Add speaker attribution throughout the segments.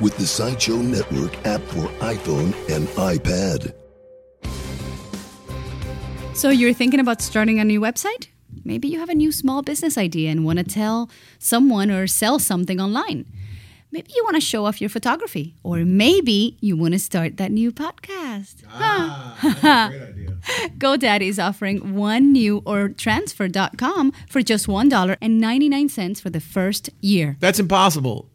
Speaker 1: with the Sideshow Network app for iPhone and iPad.
Speaker 2: So you're thinking about starting a new website? Maybe you have a new small business idea and want to tell someone or sell something online. Maybe you want to show off your photography, or maybe you want to start that new podcast.
Speaker 3: Ah, that's a great idea.
Speaker 2: GoDaddy is offering one new or transfer.com for just $1.99 for the first year.
Speaker 3: That's impossible.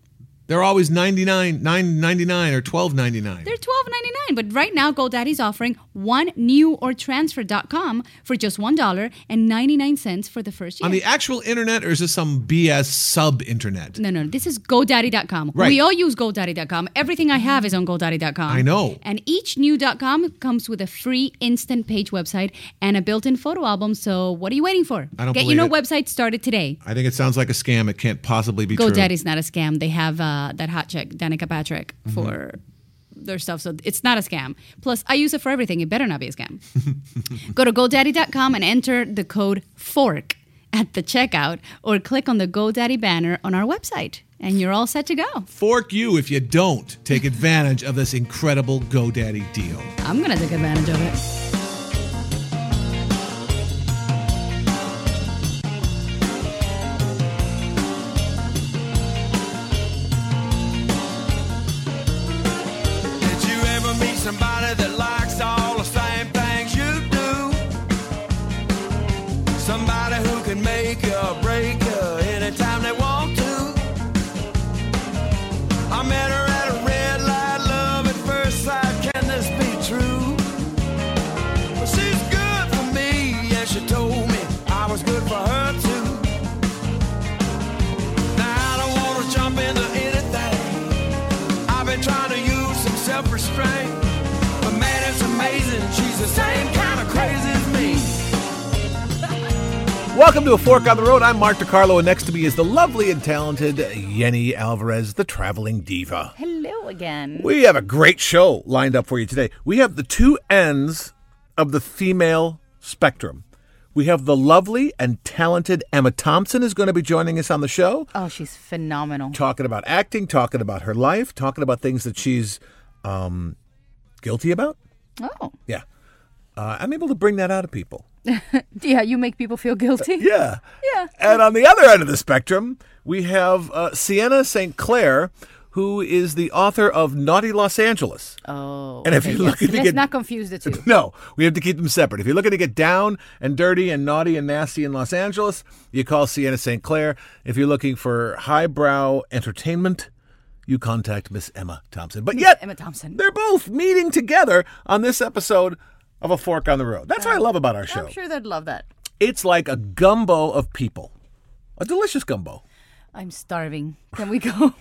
Speaker 3: They're always 99, 999 or 1299.
Speaker 2: They're $12.99, but right now GoDaddy's offering one new or transfer.com for just $1.99 for the first year.
Speaker 3: On the actual internet or is this some BS sub internet?
Speaker 2: No, no, this is GoDaddy.com.
Speaker 3: Right.
Speaker 2: We all use GoDaddy.com. Everything I have is on GoDaddy.com.
Speaker 3: I know.
Speaker 2: And each new .com comes with a free instant page website and a built-in photo album. So what are you waiting for?
Speaker 3: I don't
Speaker 2: Get your new
Speaker 3: believe it.
Speaker 2: website started today.
Speaker 3: I think it sounds like a scam. It can't possibly be true.
Speaker 2: GoDaddy's not a scam. They have uh, that hot chick, Danica Patrick,
Speaker 3: Mm-hmm.
Speaker 2: for their stuff. So it's not a scam. Plus, I use it for everything. It better not be a scam. Go to GoDaddy.com and enter the code FORK at the checkout or click on the GoDaddy banner on our website. And you're all set to go.
Speaker 3: Fork you if you don't take advantage of this incredible GoDaddy deal.
Speaker 2: I'm going to take advantage of it.
Speaker 4: Did you ever meet somebody that likes all the same things you do? Somebody who can make you or break you anytime they want to. I met her at a red light, love at first sight. Can this be true? Well, she's good for me, and she told me I was good for her too. Now I don't wanna jump into anything. I've been trying to use some self restraint. But man, it's amazing. She's the same kind of crazy as me.
Speaker 5: Welcome to A Fork on the Road. I'm Mark DiCarlo, and next to me is the lovely and talented Yenny Alvarez, the traveling diva.
Speaker 6: Hello again.
Speaker 5: We have a great show lined up for you today. We have the two ends of the female spectrum. We have the lovely and talented Emma Thompson is going to be joining us on the show,
Speaker 6: Oh, she's phenomenal.
Speaker 5: talking about acting, talking about her life, talking about things that she's um, guilty about.
Speaker 6: Oh,
Speaker 5: Yeah. Uh, I'm able to bring that out of people.
Speaker 6: yeah, you make people feel guilty.
Speaker 5: Yeah.
Speaker 6: Yeah.
Speaker 5: And on the other end of the spectrum, we have uh, Sienna St. Clair, who is the author of Naughty Los Angeles.
Speaker 6: Oh,
Speaker 5: And if
Speaker 6: okay,
Speaker 5: you're
Speaker 6: yes.
Speaker 5: looking to
Speaker 6: let's
Speaker 5: get-
Speaker 6: not confuse the two.
Speaker 5: No, we have to keep them separate. If you're looking to get down and dirty and naughty and nasty in Los Angeles, you call Sienna St. Clair. If you're looking for highbrow entertainment, you contact Miss Emma Thompson. But yet,
Speaker 6: Emma Thompson.
Speaker 5: they're both meeting together on this episode of A Fork on the Road. That's what I love about our show.
Speaker 6: Uh, I'm sure they'd love that.
Speaker 5: It's like a gumbo of people, a delicious gumbo.
Speaker 6: I'm
Speaker 5: Oh.
Speaker 6: starving. Can we go?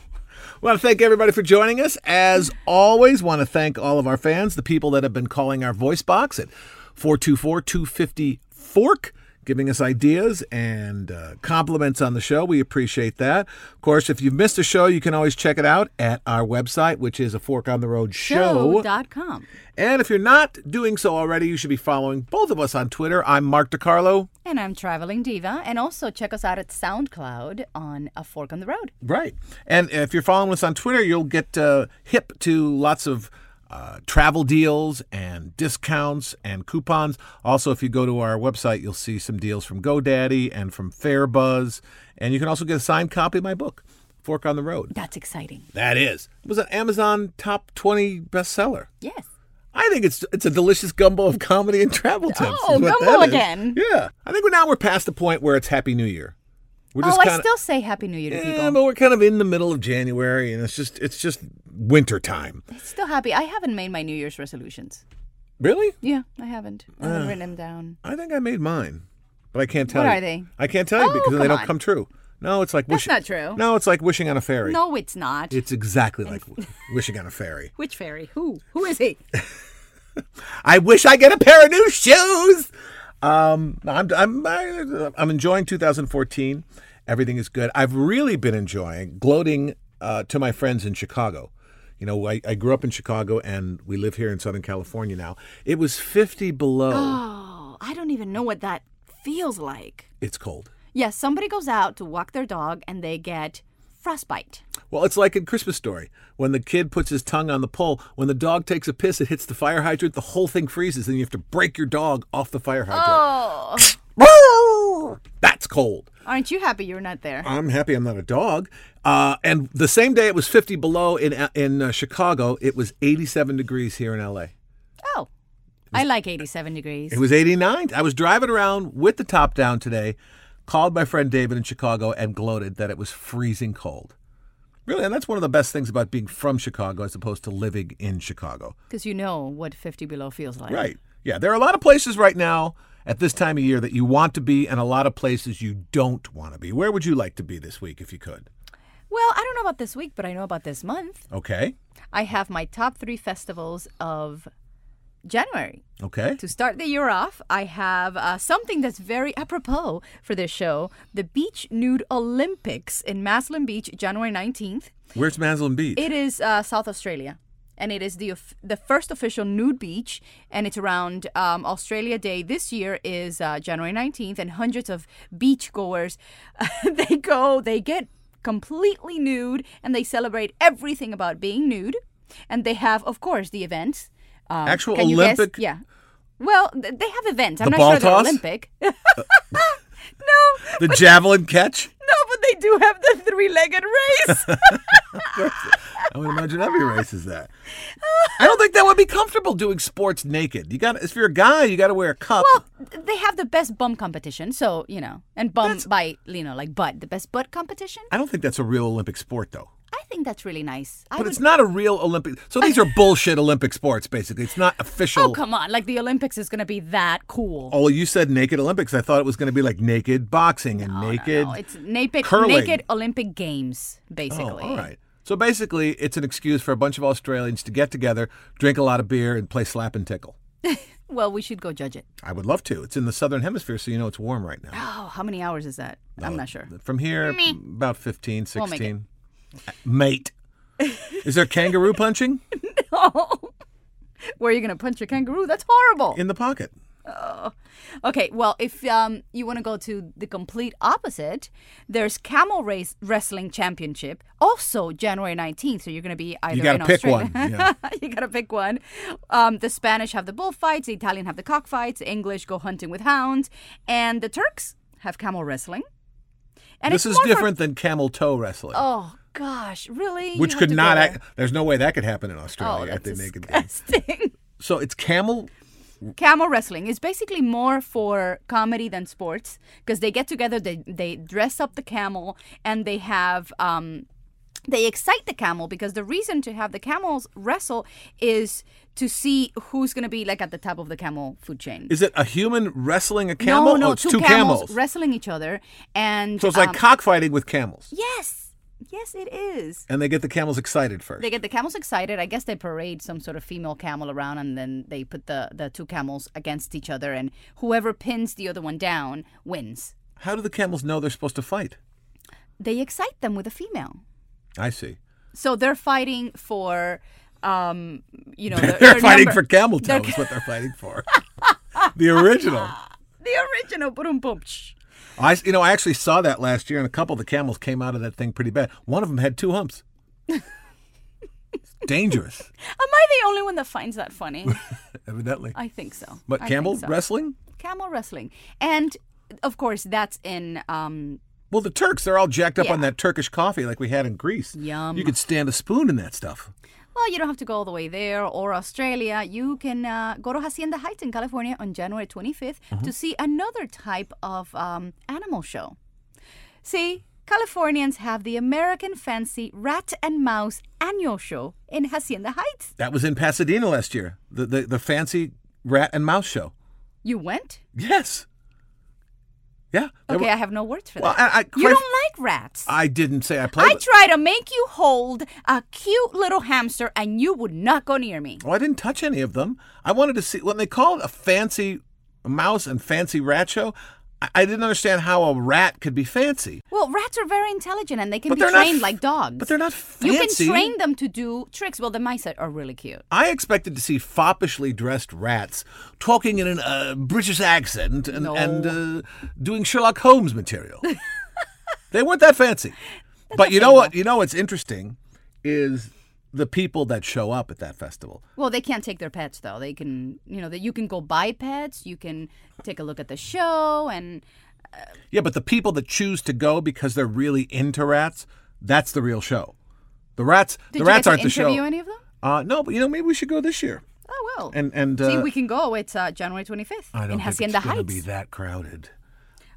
Speaker 5: want to thank everybody for joining us. As always, want to thank all of our fans, the people that have been calling our voice box at 424 250 Fork, giving us ideas and uh, compliments on the show. We appreciate that. Of course, if you've missed a show, you can always check it out at our website, which is a fork on the road show.
Speaker 6: Show.com.
Speaker 5: And if you're not doing so already, you should be following both of us on Twitter. I'm Mark DiCarlo.
Speaker 6: And I'm Traveling Diva. And also check us out at SoundCloud on A Fork on the Road.
Speaker 5: Right. And if you're following us on Twitter, you'll get uh, hip to lots of uh, travel deals and discounts and coupons. Also, if you go to our website, you'll see some deals from GoDaddy and from Fairbuzz. And you can also get a signed copy of my book, Fork on the Road.
Speaker 6: That's exciting.
Speaker 5: That is. It was an Amazon top 20 bestseller.
Speaker 6: Yes.
Speaker 5: I think it's it's a delicious gumbo of comedy and travel tips.
Speaker 6: Oh,
Speaker 5: is what
Speaker 6: gumbo
Speaker 5: that is.
Speaker 6: again.
Speaker 5: Yeah. I think we're now we're past the point where it's Happy New Year. We're
Speaker 6: Oh, I
Speaker 5: kinda-
Speaker 6: still say Happy New Year to
Speaker 5: yeah,
Speaker 6: people.
Speaker 5: but we're kind of in the middle of January, and it's just it's just winter time.
Speaker 6: It's still happy. I haven't made my New Year's resolutions.
Speaker 5: Really?
Speaker 6: Yeah, I haven't. I
Speaker 5: Ah.
Speaker 6: haven't written them down.
Speaker 5: I think I made mine, but I can't tell
Speaker 6: What
Speaker 5: you.
Speaker 6: are they?
Speaker 5: I can't tell you
Speaker 6: Oh,
Speaker 5: because they
Speaker 6: come
Speaker 5: don't
Speaker 6: on.
Speaker 5: come true. No, it's like
Speaker 6: That's
Speaker 5: wishing.
Speaker 6: not true.
Speaker 5: No, it's like wishing on a fairy.
Speaker 6: No, it's not.
Speaker 5: It's exactly like w- wishing on a fairy.
Speaker 6: Which fairy? Who? Who is he?
Speaker 5: I wish I get a pair of new shoes. Um, I'm I'm I- I'm enjoying 2014. Everything is good. I've really been enjoying gloating uh, to my friends in Chicago. You know, I, I grew up in Chicago and we live here in Southern California now. It was 50 below.
Speaker 2: Ah.
Speaker 6: Oh, I don't even know what that feels like.
Speaker 5: It's cold.
Speaker 6: Yes, somebody goes out to walk their dog and they get frostbite.
Speaker 5: Well, it's like in Christmas Story when the kid puts his tongue on the pole. When the dog takes a piss, it hits the fire hydrant. The whole thing freezes, and you have to break your dog off the fire hydrant.
Speaker 6: Oh,
Speaker 5: That's cold.
Speaker 6: aren't you happy you're not there?
Speaker 5: I'm happy I'm not a dog. Uh, and the same day it was 50 below in in uh, Chicago, it was 87 degrees here in LA.
Speaker 6: Oh, I like 87 degrees.
Speaker 5: It was 89. I was driving around with the top down today, called my friend David in Chicago and gloated that it was freezing cold. Really, and that's one of the best things about being from Chicago as opposed to living in Chicago.
Speaker 6: Because you know what 50 below feels like.
Speaker 5: Right. Yeah, there are a lot of places right now at this time of year that you want to be and a lot of places you don't want to be. Where would you like to be this week if you could?
Speaker 6: Well, I don't know about this week, but I know about this month.
Speaker 5: Okay.
Speaker 6: I have my top three festivals of January.
Speaker 5: Okay.
Speaker 6: To start the year off, I have uh, something that's very apropos for this show the Beach Nude Olympics in Maslin Beach, January 19th.
Speaker 5: Where's Maslin Beach?
Speaker 6: It is uh, South Australia, and it is the of- the first official nude beach, and it's around um, Australia Day. This year is uh, January nineteenth, and hundreds of beachgoers they go, they get completely nude, and they celebrate everything about being nude, and they have, of course, the events. Um,
Speaker 5: Actual
Speaker 6: can you guess?
Speaker 5: Olympic-
Speaker 6: yeah. Well, th- they have events. I'm
Speaker 5: The
Speaker 6: not
Speaker 5: ball
Speaker 6: sure they're
Speaker 5: toss?
Speaker 6: Olympic. no,
Speaker 5: the javelin catch?
Speaker 6: no, but they do have the three-legged race.
Speaker 5: I would imagine every race is that. I don't think that would be comfortable doing sports naked. You got if you're a guy, you got to wear a cup.
Speaker 6: Well, Oh, they have the best bum competition, so you know, and bum by you know, like butt, the best butt competition.
Speaker 5: I don't think that's a real Olympic sport though.
Speaker 6: I think that's really nice. I
Speaker 5: But
Speaker 6: would,
Speaker 5: it's not a real Olympic. So these are bullshit Olympic sports basically. It's not official.
Speaker 6: oh come on, like the Olympics is gonna be that cool.
Speaker 5: Oh, you said naked Olympics. I thought it was going to be like naked boxing and naked.
Speaker 6: no, Oh, it's naked,
Speaker 5: curling.
Speaker 6: naked Olympic Games,
Speaker 5: Oh,
Speaker 6: basically.
Speaker 5: all right. So basically, it's an excuse for a bunch of Australians to get together, drink a lot of beer, and play slap and tickle.
Speaker 6: Well, we should go judge it.
Speaker 5: I would love to. It's in the southern hemisphere, so you know it's warm right now.
Speaker 6: Oh, how many hours is that? I'm
Speaker 5: Uh,
Speaker 6: not sure.
Speaker 5: From here, about 15, 16.
Speaker 6: We'll make it.
Speaker 5: Mate. Is there kangaroo punching?
Speaker 6: Oh, where are you gonna punch a kangaroo? That's horrible.
Speaker 5: In the pocket.
Speaker 6: Okay, well, if um, you want to go to the complete opposite, there's Camel Race Wrestling Championship, also January 19th. So you're going to be either
Speaker 5: gotta
Speaker 6: in
Speaker 5: pick
Speaker 6: Australia-
Speaker 5: one, yeah.
Speaker 6: you got to pick one. Um, the Spanish have the bullfights, the Italian have the cockfights, the English go hunting with hounds, and the Turks have camel wrestling. And
Speaker 5: this
Speaker 6: it's
Speaker 5: is
Speaker 6: more for-
Speaker 5: different than camel toe wrestling,
Speaker 6: oh gosh, really? You
Speaker 5: which
Speaker 6: have
Speaker 5: could
Speaker 6: to
Speaker 5: not.
Speaker 6: go-
Speaker 5: Act, there's no way that could happen in
Speaker 6: Oh,
Speaker 5: Australia
Speaker 6: that's
Speaker 5: at the naked. Games.
Speaker 6: disgusting.
Speaker 5: So it's camel.
Speaker 6: Camel wrestling is basically more for comedy than sports because they get together, they they dress up the camel, and they have um, they excite the camel because the reason to have the camels wrestle is to see who's gonna be like at the top of the camel food chain.
Speaker 5: Is it a human wrestling a camel?
Speaker 6: No, no,
Speaker 5: oh, it's
Speaker 6: two,
Speaker 5: two
Speaker 6: camels,
Speaker 5: camels.
Speaker 6: wrestling each other, and
Speaker 5: so it's like
Speaker 6: um,
Speaker 5: cockfighting with camels,
Speaker 6: yes, yes, it is.
Speaker 5: and they get the camels excited first.
Speaker 6: They get the camels excited. I guess they parade some sort of female camel around, and then they put the the two camels against each other, and whoever pins the other one down wins.
Speaker 5: How do the camels know they're supposed to fight?
Speaker 6: They excite them with a female,
Speaker 5: I see.
Speaker 6: so they're fighting for, um, you know,
Speaker 5: They're,
Speaker 6: their- their
Speaker 5: fighting
Speaker 6: number-
Speaker 5: for camel toe.
Speaker 6: their-
Speaker 5: Is what they're fighting for. the original.
Speaker 6: The original, boom, boom. psh.
Speaker 5: I, you know, I actually saw that last year, and a couple of the camels came out of that thing pretty bad. One of them had two humps. It's dangerous,
Speaker 6: Am I the only one that finds that funny?
Speaker 5: evidently.
Speaker 6: I think so.
Speaker 5: But
Speaker 6: I think
Speaker 5: camel
Speaker 6: so.
Speaker 5: wrestling?
Speaker 6: camel wrestling, and of course that's in um,
Speaker 5: Well, the Turks, they're all jacked up on
Speaker 6: Yeah.
Speaker 5: that Turkish coffee like we had in Greece.
Speaker 6: Yum.
Speaker 5: You could stand a spoon in that stuff.
Speaker 6: Well, you don't have to go all the way there or Australia. You can uh, go to Hacienda Heights in California on January 25th
Speaker 5: Mm-hmm.
Speaker 6: to see another type of um, animal show. See, Californians have the American Fancy Rat and Mouse annual show in Hacienda Heights.
Speaker 5: That was in Pasadena last year, the, the, the fancy rat and mouse show.
Speaker 6: You went?
Speaker 5: Yes. Yeah. there
Speaker 6: Okay,
Speaker 5: were-
Speaker 6: I have no words for
Speaker 5: Well,
Speaker 6: that.
Speaker 5: I- I-
Speaker 6: you
Speaker 5: quite-
Speaker 6: don't like rats.
Speaker 5: I didn't say I played.
Speaker 6: I
Speaker 5: with-
Speaker 6: try to make you hold a cute little hamster, and you would not go near me.
Speaker 5: Well, Oh, I didn't touch any of them. I wanted to see when they called a fancy mouse and fancy rat show. I, I didn't understand how a rat could be fancy.
Speaker 6: Well, rats are very intelligent, and they can
Speaker 5: But
Speaker 6: be
Speaker 5: they're not
Speaker 6: trained
Speaker 5: f-
Speaker 6: like dogs.
Speaker 5: But they're not
Speaker 6: You
Speaker 5: fancy.
Speaker 6: can train them to do tricks. Well, the mice are- are really cute.
Speaker 5: I expected to see foppishly dressed rats talking in a uh, British accent and,
Speaker 6: No.
Speaker 5: and uh, doing Sherlock Holmes material. they weren't that fancy. but you know what? You know what's interesting is the people that show up at that festival.
Speaker 6: Well, they can't take their pets though. They can, you know, that you can go buy pets. You can take a look at the show, and
Speaker 5: Yeah, but the people that choose to go because they're really into rats, that's the real show. The rats,
Speaker 6: did
Speaker 5: the
Speaker 6: you
Speaker 5: rats
Speaker 6: get
Speaker 5: aren't
Speaker 6: to
Speaker 5: the
Speaker 6: interview
Speaker 5: show.
Speaker 6: any of them?
Speaker 5: uh, no, but you know, maybe we should go this year.
Speaker 6: Oh well.
Speaker 5: And and uh,
Speaker 6: See, we can go. It's uh, January 25th
Speaker 5: I don't
Speaker 6: in
Speaker 5: think
Speaker 6: Hacienda
Speaker 5: it's gonna
Speaker 6: Heights.
Speaker 5: be that crowded.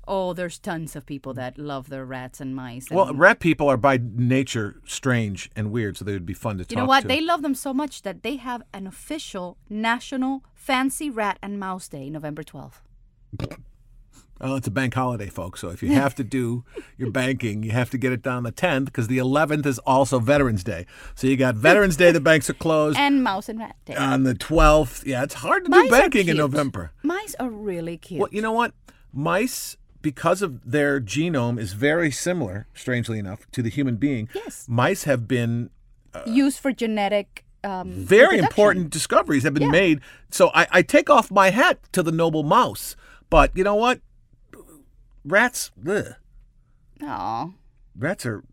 Speaker 6: Oh, there's tons of people that love their rats and mice. And
Speaker 5: Well, rat people are by nature strange and weird, so they would be fun to
Speaker 6: you
Speaker 5: talk
Speaker 6: know what?
Speaker 5: to.
Speaker 6: They love them so much that they have an official national fancy rat and mouse day, November 12th.
Speaker 5: Oh, it's a bank holiday, folks. So if you have to do your banking, you have to get it done on the 10th because the 11th is also Veterans Day. So you got Veterans Day, the banks are closed.
Speaker 6: And mouse and rat day.
Speaker 5: on the 12th, yeah, it's hard to
Speaker 6: Mice
Speaker 5: do
Speaker 6: are
Speaker 5: banking in
Speaker 6: cute.
Speaker 5: November.
Speaker 6: Mice are really cute.
Speaker 5: Well, you know what? Mice, because of their genome, is very similar, strangely enough, to the human being.
Speaker 6: Yes.
Speaker 5: Mice have been
Speaker 6: used for genetic. Um,
Speaker 5: very
Speaker 6: reproduction.
Speaker 5: important discoveries have been made. So I, I take off my hat to the noble mouse. But you know what? Rats, ugh.
Speaker 6: Aw.
Speaker 5: rats are.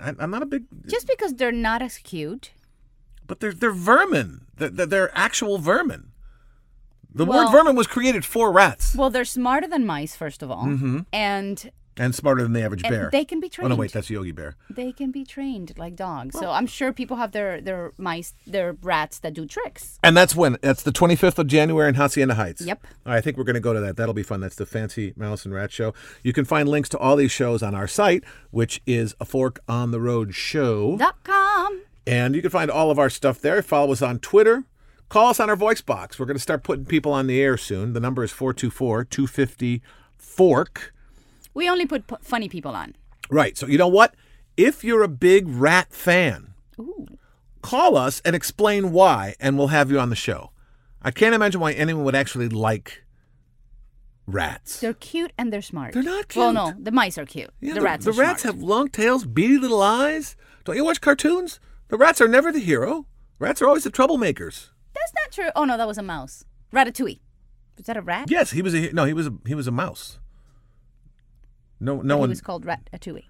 Speaker 5: I, I'm not a big,
Speaker 6: Just because they're not as cute.
Speaker 5: but they're they're vermin. They're, they're, they're actual vermin. The word
Speaker 6: Well-
Speaker 5: vermin was created for rats,
Speaker 6: Well, they're smarter than mice, first of all. And
Speaker 5: and smarter than the average
Speaker 6: and
Speaker 5: Mm-hmm. bear.
Speaker 6: they can be
Speaker 5: Oh no, wait,
Speaker 6: trained.
Speaker 5: that's Yogi Bear.
Speaker 6: they can be trained like dogs. so I'm sure people have their, their mice, their rats that do tricks.
Speaker 5: And that's when? That's the 25th of January in Hacienda Heights.
Speaker 6: Yep.
Speaker 5: All right, I think we're going to go to that. That'll be fun. That's the Fancy Mouse and Rat Show. You can find links to all these shows on our site, which is a fork on the road show.
Speaker 6: Dot com.
Speaker 5: And you can find all of our stuff there. Follow us on Twitter. Call us on our voice box. We're going to start putting people on the air soon. The number is 424 250 fork.
Speaker 6: We only put p- funny people on.
Speaker 5: Right. So you know what? If you're a big rat fan, call us and explain why, and we'll have you on the show. I can't imagine why anyone would actually like rats.
Speaker 6: They're cute and they're smart.
Speaker 5: They're not
Speaker 6: Well, no,
Speaker 5: cute.
Speaker 6: the mice are cute.
Speaker 5: Yeah,
Speaker 6: the rats
Speaker 5: The
Speaker 6: are
Speaker 5: rats
Speaker 6: smart.
Speaker 5: have long tails, beady little eyes. Don't you watch cartoons? The rats are never the hero. Rats are always the troublemakers.
Speaker 6: That's not true. Oh, no, that was a mouse. Ratatouille. Was that a rat?
Speaker 5: Yes, he was a no. He was a he was a mouse. No, no
Speaker 6: But
Speaker 5: one.
Speaker 6: He was called Ratatouille.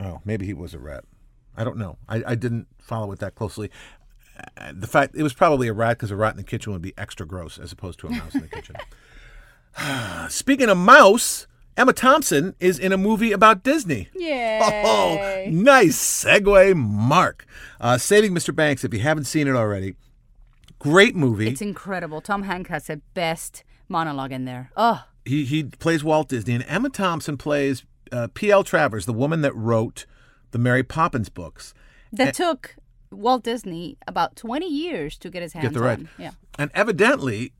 Speaker 5: Oh, maybe he was a rat. I don't know. I, I didn't follow it that closely. Uh, the fact it was probably a rat because a rat in the kitchen would be extra gross as opposed to a mouse in the kitchen. Speaking of mouse, Emma Thompson is in a movie about Disney.
Speaker 6: Yeah.
Speaker 5: Oh, nice segue, Mark. Uh, Saving Mr. Banks, if you haven't seen it already, great movie.
Speaker 6: It's incredible. Tom Hanks has the best monologue in there. Oh,
Speaker 5: he he plays Walt Disney, and Emma Thompson plays uh, P.L. Travers, the woman that wrote the Mary Poppins books. Eh.
Speaker 6: that took Walt Disney about 20 years to get his hands
Speaker 5: Get the right.
Speaker 6: on. Yeah.
Speaker 5: And evidently,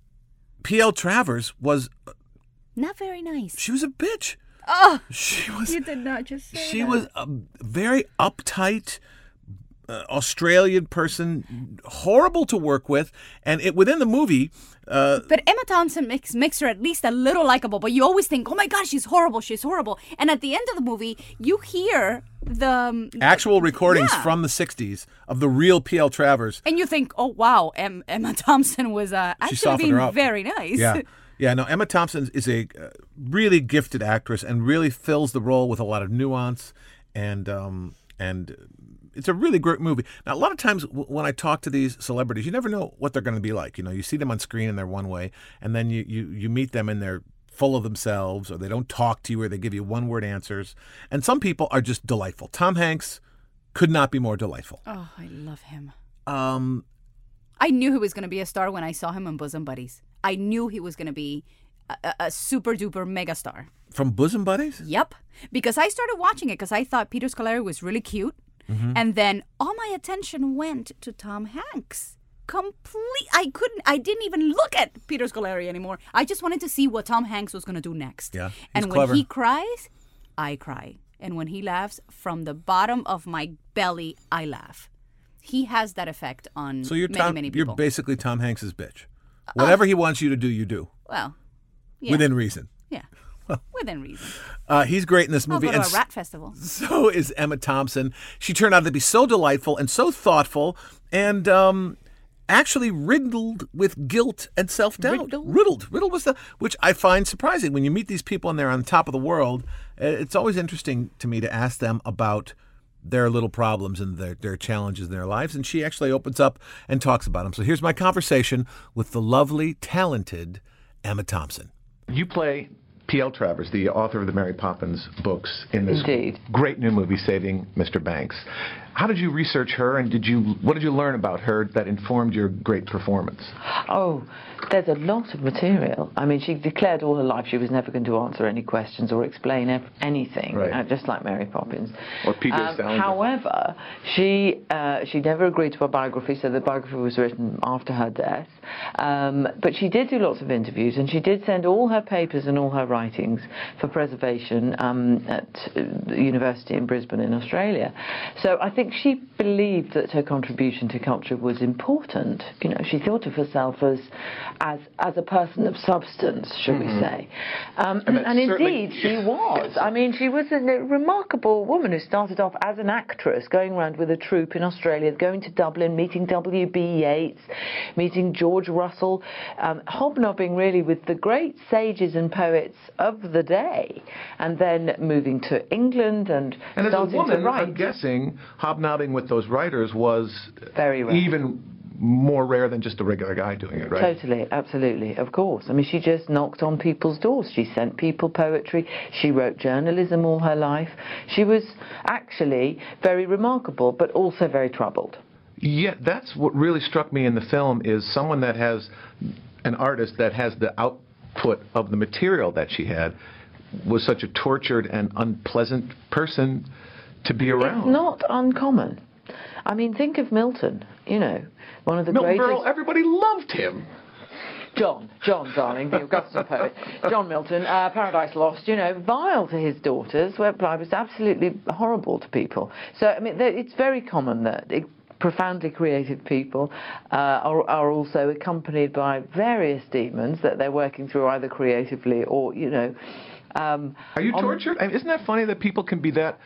Speaker 5: P.L. Travers was
Speaker 6: Not very nice.
Speaker 5: she was a bitch. Oh, she was.
Speaker 6: You did not just say
Speaker 5: She
Speaker 6: that.
Speaker 5: was a very uptight uh, Australian person, horrible to work with, and it within the movie. Uh,
Speaker 6: But Emma Thompson makes, makes her at least a little likable, but you always think, oh my God, she's horrible, she's horrible. And at the end of the movie, you hear the. um,
Speaker 5: actual recordings
Speaker 6: Yeah.
Speaker 5: from the 60s of the real P.L. Travers.
Speaker 6: And you think, oh wow, em- Emma Thompson was uh,
Speaker 5: She
Speaker 6: actually
Speaker 5: softened
Speaker 6: being
Speaker 5: her up.
Speaker 6: very nice.
Speaker 5: Yeah. Yeah, no, Emma Thompson is a uh, really gifted actress and really fills the role with a lot of nuance and um and it's a really great movie. Now, a lot of times w- when I talk to these celebrities, you never know what they're going to be like. You know, you see them on screen and they're one way, and then you you you meet them and they're full of themselves or they don't talk to you or they give you one-word answers. And some people are just delightful. Tom Hanks could not be more delightful.
Speaker 6: Oh, I love him.
Speaker 5: Um
Speaker 6: I knew he was going to be a star when I saw him on Bosom Buddies. I knew he was going to be a, a, a super duper mega star.
Speaker 5: from Bosom Buddies?
Speaker 6: Yep. Because I started watching it because I thought Peter
Speaker 5: Mm-hmm.
Speaker 6: Scolari was really cute. And then all my attention went to Tom Hanks. complete. I couldn't. I didn't even look at Peter Scolari anymore. I just wanted to see what Tom Hanks was going to do next.
Speaker 5: Yeah,
Speaker 6: And
Speaker 5: he's
Speaker 6: when
Speaker 5: clever.
Speaker 6: he cries, I cry. And when he laughs, from the bottom of my belly, I laugh. He has that effect on
Speaker 5: So you're
Speaker 6: many,
Speaker 5: Tom,
Speaker 6: many
Speaker 5: you're
Speaker 6: people. Uh,
Speaker 5: basically Tom Hanks's bitch. Whatever he wants you to do, you do
Speaker 6: well, yeah,
Speaker 5: within reason.
Speaker 6: yeah, within reason.
Speaker 5: Uh, he's great in this
Speaker 6: I'll
Speaker 5: movie,
Speaker 6: go to
Speaker 5: and
Speaker 6: a rat festival.
Speaker 5: so is Emma Thompson. She turned out to be so delightful and so thoughtful, and um, actually riddled with guilt and self doubt. Riddled? riddled, was the which I find surprising when you meet these people and they're on top of the world. uh, It's always interesting to me to ask them about their little problems and their, their challenges in their lives and she actually opens up and talks about them so here's my conversation with the lovely talented emma thompson
Speaker 7: You play P.L. Travers, the author of the Mary Poppins books, in this
Speaker 8: Indeed.
Speaker 7: great new movie, Saving Mr. Banks. How did you research her, and did you what did you learn about her that informed your great performance?
Speaker 8: Oh, there's a lot of material. I mean, she declared all her life she was never going to answer any questions or explain ev- anything,
Speaker 7: Right.
Speaker 8: uh, just like Mary Poppins.
Speaker 7: Or P.J. Salinger.
Speaker 8: Um, however, she uh, she never agreed to a biography, so the biography was written after her death. Um, but she did do lots of interviews, and she did send all her papers and all her writings for preservation um, at uh, the university in Brisbane in Australia. So I think she believed that her contribution to culture was important. You know, she thought of herself as as as a person of substance, shall we say? Um,
Speaker 7: And that's
Speaker 8: and
Speaker 7: certainly-
Speaker 8: indeed, she was. I mean, she was a remarkable woman who started off as an actress, going around with a troupe in Australia, going to Dublin, meeting W.B. Yeats, meeting George Russell, um, hobnobbing really with the great sages and poets of the day, and then moving to England and,
Speaker 7: And as a
Speaker 8: starting
Speaker 7: woman,
Speaker 8: to write.
Speaker 7: I'm guessing hobnobbing with those writers was
Speaker 8: Very rare.
Speaker 7: even more rare than just a regular guy doing it, right?
Speaker 8: Totally, absolutely, of course. I mean, she just knocked on people's doors. She sent people poetry. She wrote journalism all her life. She was actually very remarkable, but also very troubled.
Speaker 7: Yeah, that's what really struck me in the film is someone that has an artist that has the output of the material that she had was such a tortured and unpleasant person to be around.
Speaker 8: It's not uncommon. I mean, think of Milton, you know, one of the
Speaker 7: Milton
Speaker 8: greatest.
Speaker 7: Berle, everybody loved him.
Speaker 8: John, John, darling, the Augustan poet, John Milton, uh, Paradise Lost, you know, vile to his daughters, where I was absolutely horrible to people. So, I mean, th- it's very common that i- profoundly creative people uh, are, are also accompanied by various demons that they're working through either creatively or, you know. Um,
Speaker 7: Are you tortured? I mean, isn't that funny that people can be that?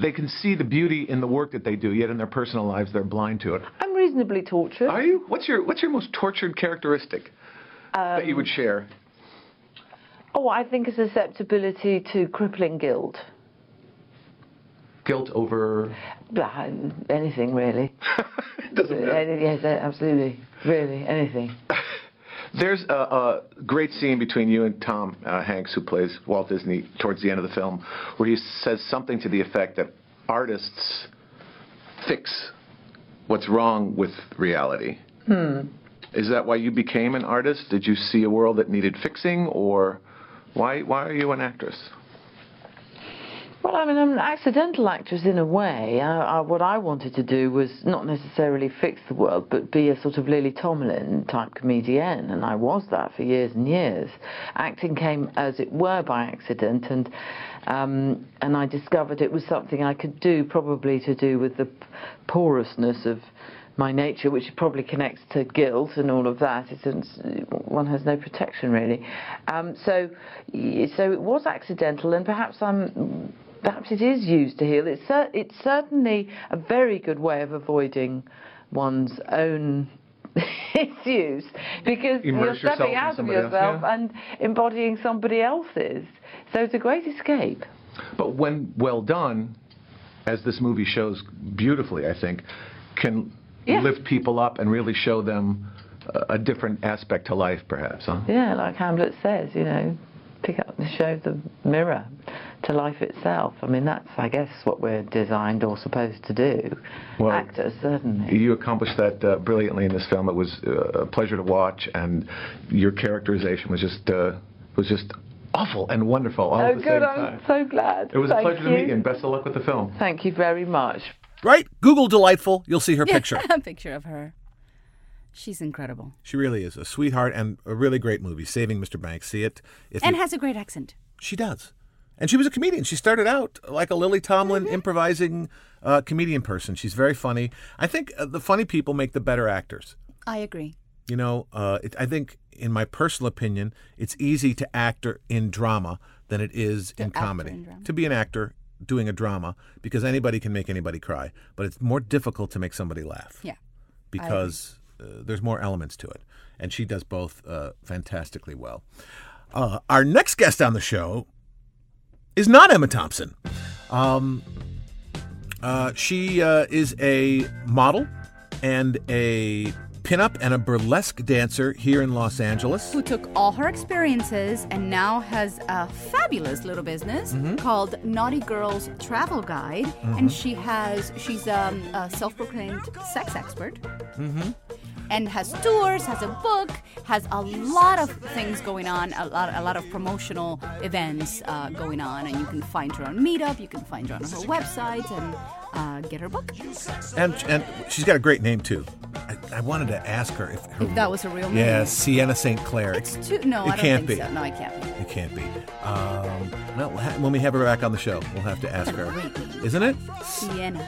Speaker 7: They can see the beauty in the work that they do, yet in their personal lives they're blind to it.
Speaker 8: I'm reasonably tortured.
Speaker 7: Are you? What's your What's your most tortured characteristic that you would share?
Speaker 8: Oh, I think a susceptibility to crippling guilt.
Speaker 7: Guilt over
Speaker 8: Bah, Anything, really. Uh,
Speaker 7: doesn't matter.
Speaker 8: Any- Yes, absolutely. Really, anything.
Speaker 7: There's a, a great scene between you and Tom uh, Hanks, who plays Walt Disney, towards the end of the film, where he says something to the effect that artists fix what's wrong with reality. Hmm. Is that why you became an artist? Did you see a world that needed fixing, or why why are you an actress?
Speaker 8: Well, I mean, I'm an accidental actress in a way. I, I, what I wanted to do was not necessarily fix the world, but be a sort of Lily Tomlin type comedienne, and I was that for years and years. Acting came, as it were, by accident, and um, and I discovered it was something I could do, probably to do with the p- porousness of my nature, which probably connects to guilt and all of that. It's, it's, one has no protection really. Um, so, y- so it was accidental, and perhaps I'm, perhaps it is used to heal. It's cer- it's certainly a very good way of avoiding one's own. issues because you're
Speaker 7: Immerse yourself
Speaker 8: stepping
Speaker 7: in
Speaker 8: out of
Speaker 7: somebody else,
Speaker 8: yourself
Speaker 7: yeah.
Speaker 8: and embodying somebody else's so it's a great escape
Speaker 7: But when well done, as this movie shows beautifully, I think, can
Speaker 8: Yeah.
Speaker 7: lift people up and really show them a, a different aspect to life, perhaps, huh?
Speaker 8: Yeah, like Hamlet says, you know, pick up and show the mirror to life itself. I mean, that's, I guess, what we're designed or supposed to do.
Speaker 7: Well-
Speaker 8: Actors, certainly.
Speaker 7: You accomplished that uh, brilliantly in this film. It was uh, a pleasure to watch, and your characterization was just uh, was just awful and wonderful all
Speaker 8: Oh,
Speaker 7: at the same
Speaker 8: good,
Speaker 7: time.
Speaker 8: I'm so glad.
Speaker 7: it was
Speaker 8: Thank
Speaker 7: a pleasure
Speaker 8: you.
Speaker 7: to meet you, and best of luck with the film.
Speaker 8: Thank you very much.
Speaker 5: right google delightful you'll see her picture
Speaker 6: Picture of her. She's incredible
Speaker 5: She really is a sweetheart and a really great movie. Saving Mr. Banks. See it. If
Speaker 6: and
Speaker 5: you-
Speaker 6: has a great accent.
Speaker 5: she does. And she was a comedian. She started out like a Lily Tomlin improvising uh, comedian person. She's very funny. I think uh, the funny people make the better actors.
Speaker 6: I agree.
Speaker 5: You know, uh, it, I think, in my personal opinion, it's easy to actor in drama than it is in
Speaker 6: actor
Speaker 5: comedy.
Speaker 6: in drama.
Speaker 5: To be an actor doing a drama, because anybody can make anybody cry, but it's more difficult to make somebody laugh
Speaker 6: Yeah.
Speaker 5: because uh, there's more elements to it. And she does both uh, fantastically well. Uh, our next guest on the show is not Emma Thompson. Um, uh, she uh, is a model and a pinup and a burlesque dancer here in Los Angeles.
Speaker 6: Who took all her experiences and now has a fabulous little business
Speaker 5: Mm-hmm.
Speaker 6: called Naughty Girls Travel Guide. And she has, she's um, a self proclaimed sex expert. Mm-hmm. And has tours, has a book, has a lot of things going on, a lot, a lot of promotional events uh, going on, and you can find her on Meetup, you can find her on her website, and uh, get her book.
Speaker 5: And, and she's got a great name, too. I, I wanted to ask her if her,
Speaker 6: If that was her real name.
Speaker 5: Yeah, Sienna St. Clair.
Speaker 6: It's too, no,
Speaker 5: it
Speaker 6: I don't
Speaker 5: can't
Speaker 6: think
Speaker 5: be.
Speaker 6: so. No, I can't. be.
Speaker 5: It can't be. Um, well, ha- when we have her back on the show, we'll have to ask her. Isn't it?
Speaker 6: Sienna.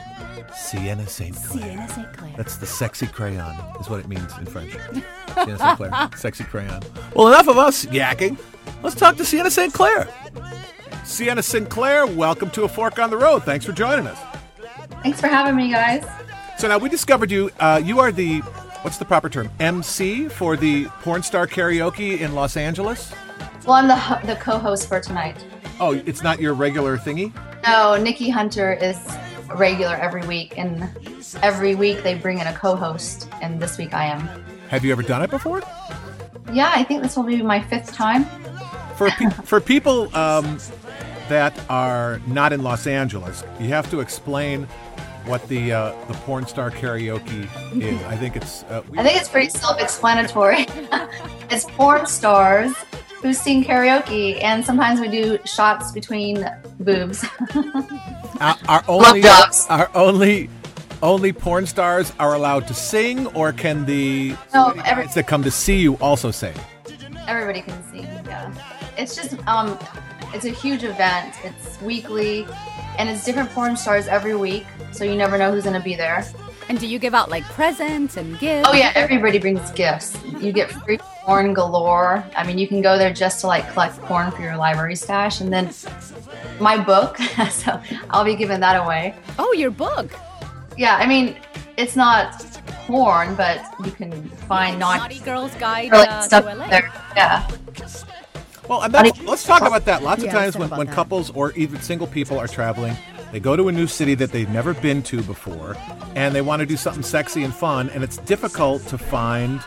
Speaker 5: Sienna St. Clair.
Speaker 6: Sienna St. Clair.
Speaker 5: That's the sexy crayon, is what it means in French. Sienna St. Clair. Sexy crayon. Well, enough of us yakking. Let's talk to Sienna St. Clair. Sienna St. Clair, welcome to A Fork on the Road. Thanks for joining us.
Speaker 9: Thanks for having me, guys.
Speaker 5: So now we discovered you. Uh, you are the, what's the proper term? MC for the porn star karaoke in Los Angeles?
Speaker 9: Well, I'm the, ho- the co host for tonight.
Speaker 5: Oh, it's not your regular thingy?
Speaker 9: No, Nikki Hunter is a regular every week, and every week they bring in a co host, and this week I am.
Speaker 5: Have you ever done it before?
Speaker 9: Yeah, I think this will be my fifth time.
Speaker 5: for pe- for people um, that are not in Los Angeles, you have to explain what the uh, the porn star karaoke is. I think it's uh, we-
Speaker 9: I think it's pretty self explanatory. it's porn stars who sing karaoke, and sometimes we do shots between boobs.
Speaker 5: our, our only
Speaker 9: Blowjobs.
Speaker 5: our only only porn stars are allowed to sing, or can the
Speaker 9: No, every-
Speaker 5: guys that come to see you also sing?
Speaker 9: Everybody can sing. Yeah, it's just um, it's a huge event. It's weekly, and it's different porn stars every week, so you never know who's gonna be there.
Speaker 6: And do you give out like presents and gifts?
Speaker 9: Oh yeah, everybody brings gifts. You get free porn galore. I mean, you can go there just to like collect porn for your library stash, and then my book. so I'll be giving that away.
Speaker 6: Oh, your book.
Speaker 9: Yeah, I mean, it's not porn, but you can find
Speaker 2: Naughty
Speaker 9: naughty
Speaker 2: Girls Guide
Speaker 9: or like
Speaker 2: uh,
Speaker 9: stuff
Speaker 2: to LA.
Speaker 9: there. Yeah.
Speaker 5: Well, and that's, let's talk about that. Lots of
Speaker 6: Yeah,
Speaker 5: times
Speaker 6: let's
Speaker 5: when,
Speaker 6: talk
Speaker 5: when
Speaker 6: about that.
Speaker 5: couples or even single people are traveling, they go to a new city that they've never been to before, and they want to do something sexy and fun, and it's difficult to find